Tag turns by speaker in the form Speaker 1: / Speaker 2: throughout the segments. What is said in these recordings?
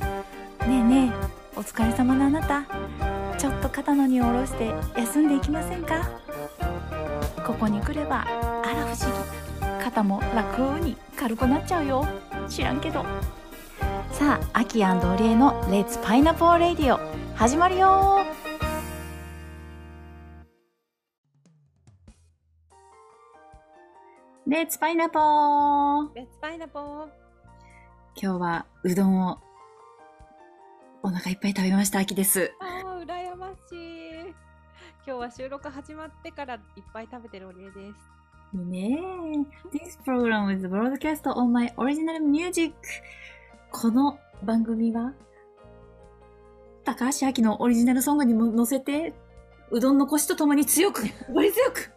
Speaker 1: ねえねえお疲れ様のあなたちょっと肩の荷を下ろして休んでいきませんかここに来ればあら不思議肩も楽に軽くなっちゃうよ知らんけどさあアキオリエの「レッツパイナポーレディオ」始まるよレッツパイナポー
Speaker 2: レッツパイナポー
Speaker 1: 今日はうどんをお腹いっぱい食べました秋です
Speaker 2: あー羨ましい今日は収録始まってからいっぱい食べてるお礼です
Speaker 1: いいね This program is broadcast on my original music この番組は高橋明のオリジナルソングにも乗せてうどんのコシとともに強 く粘り強く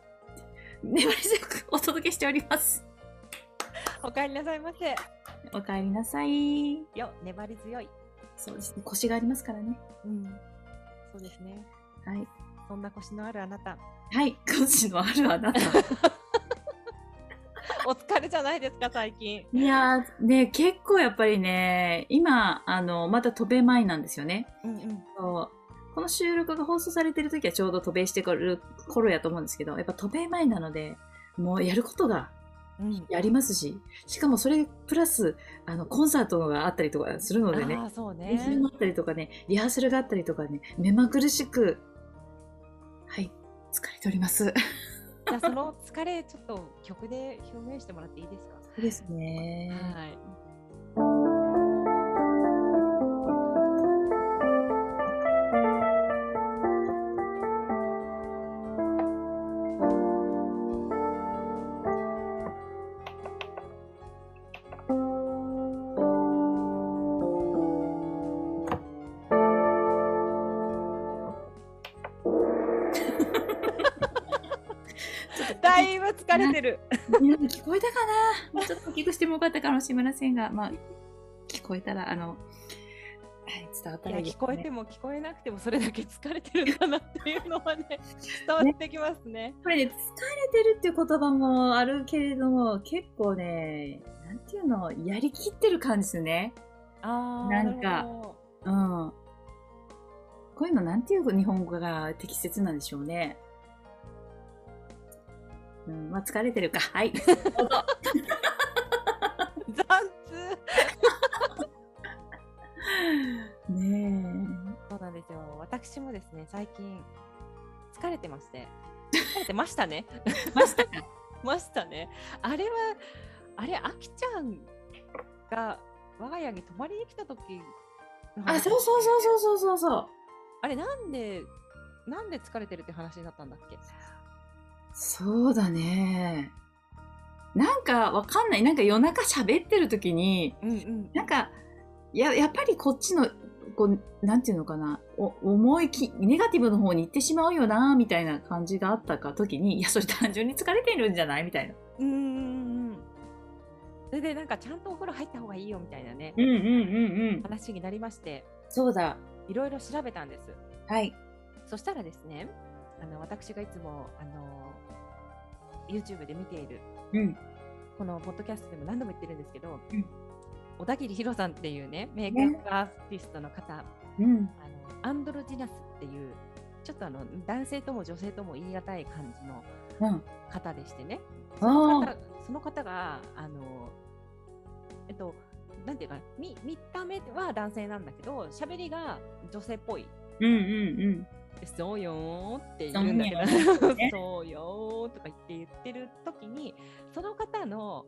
Speaker 1: 粘り強くお届けしております
Speaker 2: お帰りなさいませ
Speaker 1: おかえりなさい
Speaker 2: よ粘り強い
Speaker 1: そうですねコシがありますからね
Speaker 2: うんそうですね
Speaker 1: はい
Speaker 2: そんな腰のあるあなた
Speaker 1: はいコシのあるあなた
Speaker 2: お疲れじゃないですか最近
Speaker 1: いやーね結構やっぱりね今あのまた飛べ前なんですよね
Speaker 2: うんうん
Speaker 1: そうこの収録が放送されてる時はちょうど渡米してくる頃やと思うんですけどやっぱ渡米前なのでもうやることが
Speaker 2: うん
Speaker 1: やりますししかもそれプラスあのコンサートがあったりとかするのでね
Speaker 2: ああそう
Speaker 1: 練
Speaker 2: ね
Speaker 1: 習があったりとかねリハーサルがあったりとかね目まぐるしくはい疲れております。
Speaker 2: じゃあその疲れちょっと曲で表現してもらっていいですか
Speaker 1: そうですね
Speaker 2: はいだいぶ疲れてる
Speaker 1: みんな聞こえたかなもうちょっと大きくしてもよかったかもしれませんが、まあ、聞こえたら、あの、はい、伝わった
Speaker 2: い
Speaker 1: ら
Speaker 2: や
Speaker 1: いいです、ね。
Speaker 2: 聞こえても聞こえなくてもそれだけ疲れてるんだなっていうのはね 伝わってきますね。
Speaker 1: これね、疲れてるっていう言葉もあるけれども、結構ね、なんていうの、やりきってる感じですね。
Speaker 2: あ
Speaker 1: ーなんかうん。こういうの、なんていう日本語が適切なんでしょうね。うん、まあ、疲れてるか。 はい。
Speaker 2: 残痛
Speaker 1: ね
Speaker 2: そうなんですよ。私もですね最近疲れてまして疲れてましたね。
Speaker 1: え。ま したか。
Speaker 2: ましたね。あれはあれあきちゃんが我が家に泊まりに来た時の話
Speaker 1: あ、そうそうそうそうそうそうそう。
Speaker 2: あれなんでなんで疲れてるって話になったんだっけ。
Speaker 1: そうだね。なんかわかんない。なんか夜中喋ってる時に、
Speaker 2: うんうん
Speaker 1: なんか、や、やっぱりこっちの、こう、なんていうのかな、お思いき、ネガティブの方に行ってしまうよな、みたいな感じがあったか時に、いや、それ単純に疲れてるんじゃないみたいな。
Speaker 2: うーんそれでなんかちゃんとお風呂入った方がいいよみたいなね
Speaker 1: うんうんうんうん。
Speaker 2: 話になりまして
Speaker 1: そうだ。
Speaker 2: いろいろ調べたんです
Speaker 1: はい。
Speaker 2: そしたらですねあの私がいつもあの YouTube で見ている
Speaker 1: うん。
Speaker 2: このポッドキャストでも何度も言ってるんですけど、
Speaker 1: うん
Speaker 2: 小田切ヒロさんっていうねメイクアップアーティストの方、
Speaker 1: うん。
Speaker 2: あのアンドロジナスっていうちょっとあの男性とも女性とも言い難い感じの
Speaker 1: うん。
Speaker 2: 方でしてね
Speaker 1: あ
Speaker 2: その
Speaker 1: あ
Speaker 2: 方その方があのえっとなんていうかな見見た目は男性なんだけど喋りが女性っぽい
Speaker 1: ー。うんうんうん。
Speaker 2: そうよーって言うんだけど、そうよーとか言って言ってる時に、その方の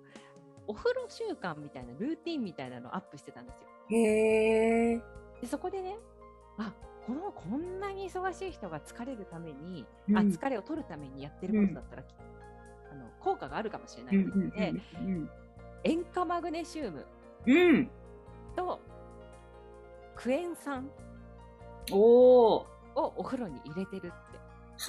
Speaker 2: お風呂習慣みたいな、ルーティンみたいなのをアップしてたんですよ。
Speaker 1: へえ。
Speaker 2: で、そこでね、あこのこんなに忙しい人が疲れるために、
Speaker 1: うん
Speaker 2: あ疲れを取るためにやってることだったら、あの効果があるかもしれな
Speaker 1: う
Speaker 2: い
Speaker 1: ん
Speaker 2: ので、
Speaker 1: うんうん
Speaker 2: 塩化マグネシウム
Speaker 1: うん。うん。
Speaker 2: とクエン酸
Speaker 1: おお。
Speaker 2: をお風呂に入れてるって。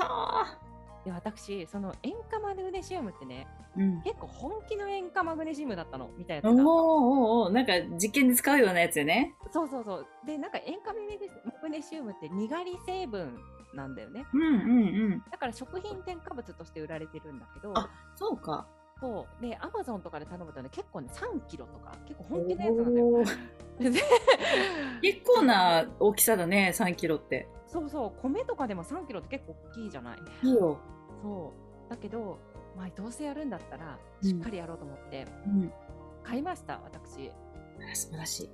Speaker 1: はあ。
Speaker 2: で私その塩化マグネシウムってね
Speaker 1: うん。
Speaker 2: 結構本気の塩化マグネシウムだったのみたい
Speaker 1: お
Speaker 2: なや
Speaker 1: ー
Speaker 2: つが
Speaker 1: おーおーなんか実験で使うようなやつよね。
Speaker 2: そうそうそうでなんか塩化マグネシウムって苦り成分なんだよね
Speaker 1: うんうんうん。
Speaker 2: だから食品添加物として売られてるんだけど
Speaker 1: あそうか。
Speaker 2: そうでアマゾンとかで頼むとね結構ね3キロとか結構本気のやつなんだよ
Speaker 1: おー 結構な大きさだね、3キロって。
Speaker 2: そうそう米とかでも3キロって結構大きいじゃない
Speaker 1: いいよ。
Speaker 2: そうだけど、まあ、どうせやるんだったら
Speaker 1: うん
Speaker 2: しっかりやろうと思って
Speaker 1: うん。
Speaker 2: 買いました、私
Speaker 1: あ素晴らしい。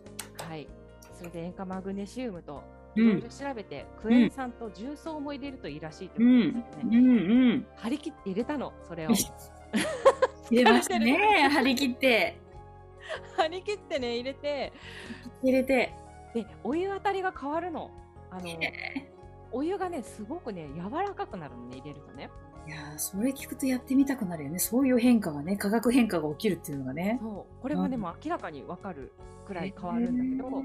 Speaker 2: はいそれで塩化マグネシウムと
Speaker 1: う
Speaker 2: いろいろ
Speaker 1: ん。
Speaker 2: 調べて、クエン酸と重曹も入れるといいらしいということですよね、
Speaker 1: うんうん。
Speaker 2: 張り切って入れたのそ れを
Speaker 1: 入れましたね。張り切って。
Speaker 2: 張り切ってね入れて
Speaker 1: 入れて。
Speaker 2: でお湯あたりが変わるのあ のお湯がねすごくね柔らかくなるのね入れるとね
Speaker 1: いやーそれ聞くとやってみたくなるよね。そういう変化がね、化学変化が起きるっていうのがね。
Speaker 2: そうこれはで
Speaker 1: うん
Speaker 2: も明らかにわかるくらい変わるんだけど、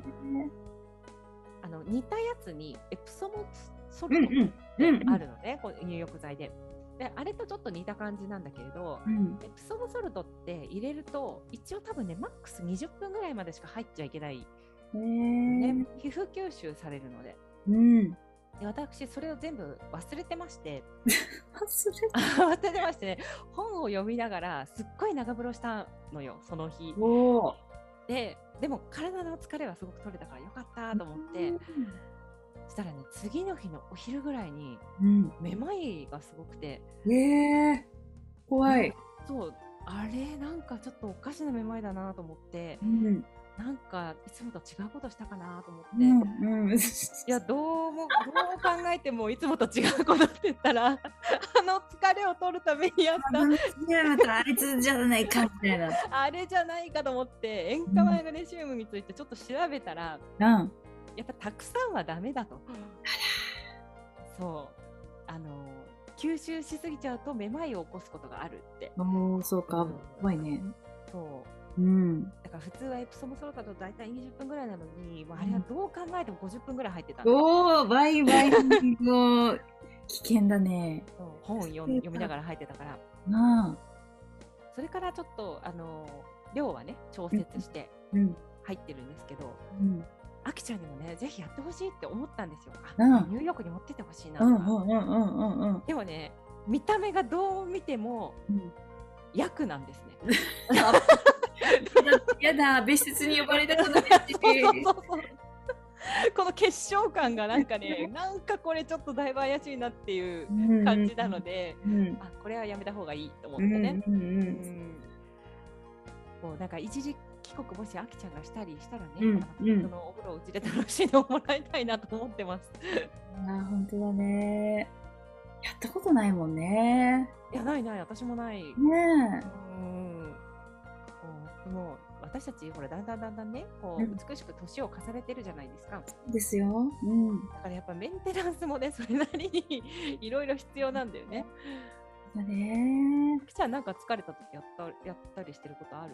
Speaker 2: あの似たやつにエプソムソ
Speaker 1: うん
Speaker 2: ルトっ
Speaker 1: うん。
Speaker 2: て
Speaker 1: うんうん
Speaker 2: あるのね、こう入浴剤でであれとちょっと似た感じなんだけれど
Speaker 1: うん。
Speaker 2: エプソムソルトって入れると一応多分ねマックス20分ぐらいまでしか入っちゃいけない、ね
Speaker 1: ね
Speaker 2: 皮膚吸収されるので
Speaker 1: うん。
Speaker 2: で私それを全部忘れてまして
Speaker 1: 忘れた。
Speaker 2: 忘れてましてね本を読みながらすっごい長風呂したのよその日
Speaker 1: おー
Speaker 2: ででも体の疲れはすごく取れたからよかったと思ってしたらね次の日のお昼ぐらいに
Speaker 1: うん。
Speaker 2: めまいがすごくて
Speaker 1: ええー。怖い。
Speaker 2: そうあれなんかちょっとおかしなめまいだなと思って
Speaker 1: うん。
Speaker 2: なんかいつもと違うことしたかなと思って、
Speaker 1: う
Speaker 2: い
Speaker 1: ん。うん。
Speaker 2: やどうもどう考えてもいつもと違うことって言ったら あの疲れを取るためにやっ
Speaker 1: あのまたあいつじゃないかみたいな。
Speaker 2: たあれじゃないかと思って塩化マグネシウムについてちょっと調べたら
Speaker 1: うん。
Speaker 2: やっぱたくさんはダメだと。そうあの吸収しすぎちゃうとめまいを起こすことがあるって
Speaker 1: おー、そうか。怖いね。
Speaker 2: そう
Speaker 1: うん。
Speaker 2: だから普通はエプソムソルトだと大体20分ぐらいなのに、まあ、あれはどう考えても50分ぐらい入ってたんですよ
Speaker 1: おー、バイ バイ。もう、危険だね。
Speaker 2: そう本を読み読みながら入ってたから
Speaker 1: なあ。
Speaker 2: それからちょっとあの量はね調節して
Speaker 1: うん。
Speaker 2: 入ってるんですけど、
Speaker 1: うん。
Speaker 2: あきちゃんにもねぜひやってほしいって思ったんですよ、
Speaker 1: うん
Speaker 2: ニューヨークに持ってってほしい
Speaker 1: う
Speaker 2: なと
Speaker 1: ん
Speaker 2: か、
Speaker 1: うんうんうんうんうん。
Speaker 2: でもね見た目がどう見ても
Speaker 1: うん
Speaker 2: 薬なんですね
Speaker 1: やだ、別室に呼ばれたくないし。
Speaker 2: そうそうそう この結晶感がなんか ねなんかこれちょっとだいぶ怪しいなっていう感じなので、
Speaker 1: うん。
Speaker 2: あこれはやめた方がいいと思
Speaker 1: う
Speaker 2: って
Speaker 1: ん。
Speaker 2: ね、
Speaker 1: う。
Speaker 2: うんんもうなんか一時帰国もしあきちゃんがしたりしたらね、
Speaker 1: うん
Speaker 2: また
Speaker 1: うん
Speaker 2: そのお風呂をうちで楽しんでもらいたいなと思ってます。
Speaker 1: ああ、本当だね。やったことないもんね。
Speaker 2: いやないない私もない。う
Speaker 1: ね
Speaker 2: んこうもう私たちほらだんだんだんだんねこう
Speaker 1: うん
Speaker 2: 美しく年を重ねてるじゃないですか。
Speaker 1: え。ですよ。うん。
Speaker 2: だからやっぱメンテナンスもね それなりにいろいろ必要なんだよね。
Speaker 1: だね。
Speaker 2: きちゃんなんか疲れた時やったやったりしてることある？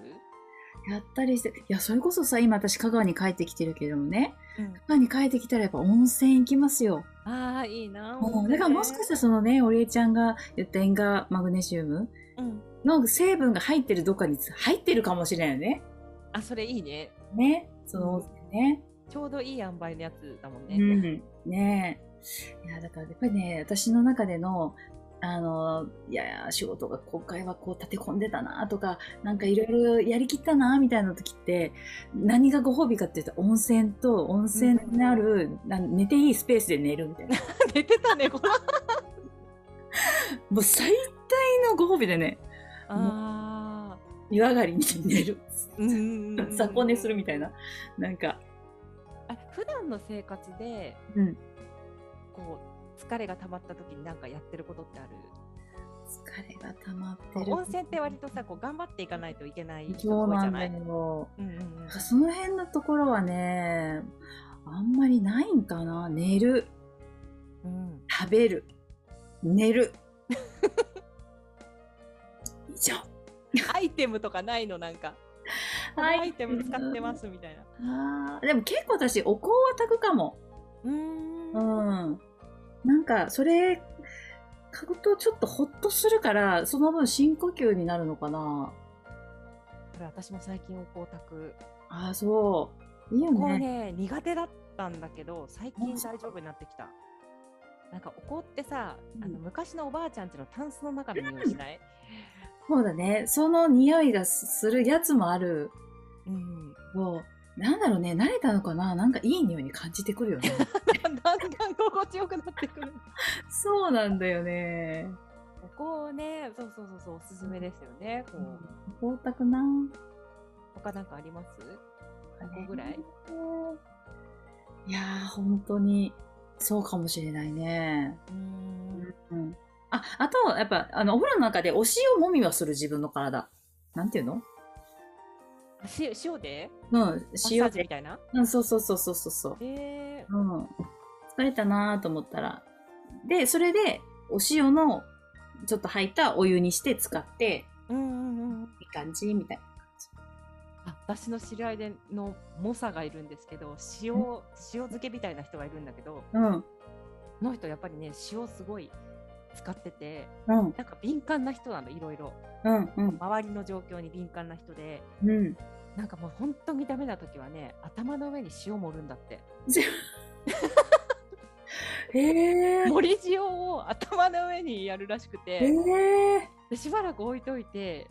Speaker 1: やったりして。いや、それこそさ、今私、香川に帰ってきてるけどもね。
Speaker 2: うん、
Speaker 1: 香川に帰ってきたらやっぱ温泉行きますよ。
Speaker 2: ああいいな。
Speaker 1: うんだからもしかしたらそのね、おりえちゃんが言った塩化マグネシウム
Speaker 2: ら、うん、
Speaker 1: の成分が入ってるどっかに入ってるかもしれないよね。
Speaker 2: あそれいいね。
Speaker 1: ね。その温泉ね。
Speaker 2: ちょうどいい塩梅のやつだもんね。
Speaker 1: うん、ねえ。いや、だからやっぱりね、私の中での、あの、いや、仕事が今回はこう立て込んでたなとか、なんかいろいろやりきったなみたいな時って、何がご褒美かって言うと温泉と温泉にある、な寝ていいスペースで寝るみたい な。
Speaker 2: 寝てたねこ の。
Speaker 1: もう最大のご褒美でね、
Speaker 2: ああ。
Speaker 1: 湯上がりに寝る。
Speaker 2: うんうんうん
Speaker 1: 雑魚寝するみたいな。なんか、
Speaker 2: あ普段の生活で
Speaker 1: うん。
Speaker 2: こう疲れが溜まった時になんかやってることってある
Speaker 1: 疲れが溜まってる。
Speaker 2: 温泉って割とさこう頑張っていかないといけない人
Speaker 1: そう
Speaker 2: 多いじ
Speaker 1: な
Speaker 2: ゃ
Speaker 1: んだ
Speaker 2: ない
Speaker 1: よ。
Speaker 2: うんうんうん
Speaker 1: その辺のところはね、あんまりないんかな。寝る、
Speaker 2: うん
Speaker 1: 食べる、寝る。 以上。
Speaker 2: アイテムとかないのなんかこのアイテム使ってますみたいな
Speaker 1: あーでも結構私、お香は炊くかも。
Speaker 2: う
Speaker 1: うんん。なんか、それ、嗅ぐとちょっとほっとするから、その分深呼吸になるのかな。
Speaker 2: これ私も最近お香炊く
Speaker 1: ああ、そう。いいよ
Speaker 2: こう
Speaker 1: ね。
Speaker 2: ね苦手だったんだけど最近大丈夫になってきたなんかお香ってさ、
Speaker 1: うん
Speaker 2: あの昔のおばあちゃんちのタンスの中の匂いしない、
Speaker 1: そうだね。その匂いがするやつもある。
Speaker 2: うん、
Speaker 1: もう、なんだろうね。慣れたのかななんかいい匂いに感じてくるよね。
Speaker 2: だんだん心地よくなってくる。
Speaker 1: そうなんだよね。
Speaker 2: ここをね、そうそうそうそう、おすすめですよね。こう
Speaker 1: 光沢な。
Speaker 2: 他なんかあります？ここぐらい？
Speaker 1: いやー、本当に、そうかもしれないね。
Speaker 2: うん。
Speaker 1: うん。あ、あと、やっぱ、あの、お風呂の中でお塩もみはする自分の体。なんていうの
Speaker 2: 塩塩で？
Speaker 1: うん、
Speaker 2: マ
Speaker 1: 塩
Speaker 2: ッサージみ
Speaker 1: で。
Speaker 2: たいな？
Speaker 1: うん、そうそうそうそうそうそう。
Speaker 2: えー、
Speaker 1: うん。疲れたなーと思ったら。で、それで、お塩の、ちょっと入ったお湯にして使って、
Speaker 2: うんうんうん。
Speaker 1: いい感じみたいな。
Speaker 2: あ、私の知り合いでの猛者がいるんですけど、塩
Speaker 1: ん
Speaker 2: 塩漬けみたいな人がいるんだけど、
Speaker 1: うん。
Speaker 2: その人やっぱりね塩すごい使ってて、
Speaker 1: うん。
Speaker 2: なんか敏感な人なのいろいろ。
Speaker 1: うん。うん。
Speaker 2: 周りの状況に敏感な人で、
Speaker 1: うん。
Speaker 2: なんかもう本当にダメな時はね、頭の上に塩盛るんだって。
Speaker 1: えー。
Speaker 2: 盛り塩を頭の上にやるらしく
Speaker 1: え
Speaker 2: て、
Speaker 1: ー。
Speaker 2: でしばらく置いといて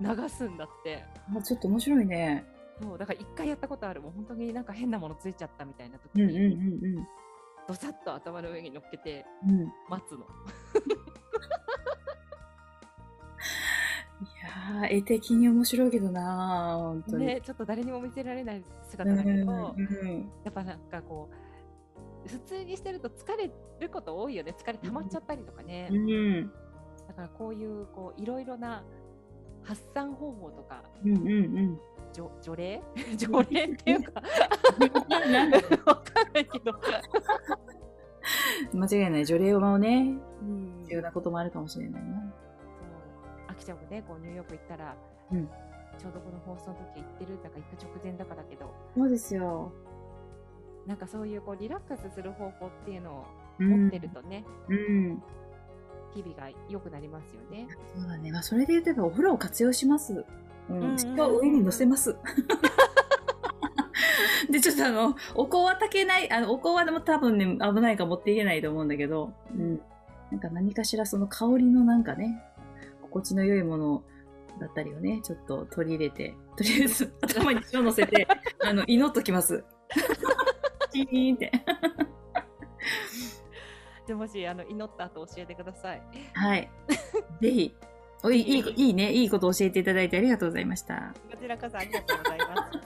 Speaker 2: 流すんだって。
Speaker 1: あちょっと面白いね。
Speaker 2: そうだから一回やったことあるもう本当になんか変なものついちゃったみたいな時
Speaker 1: うんうん
Speaker 2: に、
Speaker 1: うん
Speaker 2: どさっと頭の上に乗っけて
Speaker 1: うん。うん。い
Speaker 2: 待つの。
Speaker 1: やー、絵的に面白いけどなー、本当に。
Speaker 2: でちょっと誰にも見せられない
Speaker 1: う
Speaker 2: 姿
Speaker 1: ん
Speaker 2: だけど、
Speaker 1: うん
Speaker 2: やっぱなんかこう普通にしてると疲れること多いよね疲れ溜まっちゃったりとかね、
Speaker 1: うん
Speaker 2: だからこういうこういろいろな発散方法とか
Speaker 1: うん うん
Speaker 2: じょ 除霊除霊っていうか
Speaker 1: うん。なんだ
Speaker 2: わかんないけど、
Speaker 1: 間違いない。除霊をね、
Speaker 2: うん
Speaker 1: 必要なこともあるかもしれないな。
Speaker 2: そう、あきちゃんもね、こうニューヨーク行ったら、
Speaker 1: うん
Speaker 2: ちょうどこの放送の時行ってるだか行く直前だかだけど、
Speaker 1: そうですよ。
Speaker 2: なんかそういうこうリラックスする方法っていうのを
Speaker 1: 持
Speaker 2: 持ってる。とね、
Speaker 1: うん。
Speaker 2: 日々が良くなりますよね。
Speaker 1: そうだね。まあ、それで言えばお風呂を活用します。う。
Speaker 2: うんうんん
Speaker 1: しか上に乗せます。 で、ちょっとあの、お香は炊けない、あの、お香はでも多分ね、危ないから持っていけないと思うんだけど、うん。なんか何かしらその香りのなんかね、心地の良いものだったりをね、ちょっと取り入れて、とりあえず 頭に塩乗せて、 あの、祈っときます。チーンって。
Speaker 2: でもしあの祈った後教えてください。
Speaker 1: はい。ぜひ。おいいいい、いいね。いいこと教えていただいてありがとうございました。
Speaker 2: こちらこそありがとうございます。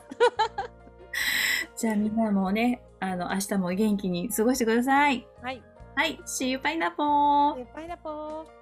Speaker 1: じゃあみんなもね、あの、明日も元気に過ごしてください。
Speaker 2: はい、
Speaker 1: はい。See you, pineapple!
Speaker 2: パイナポー。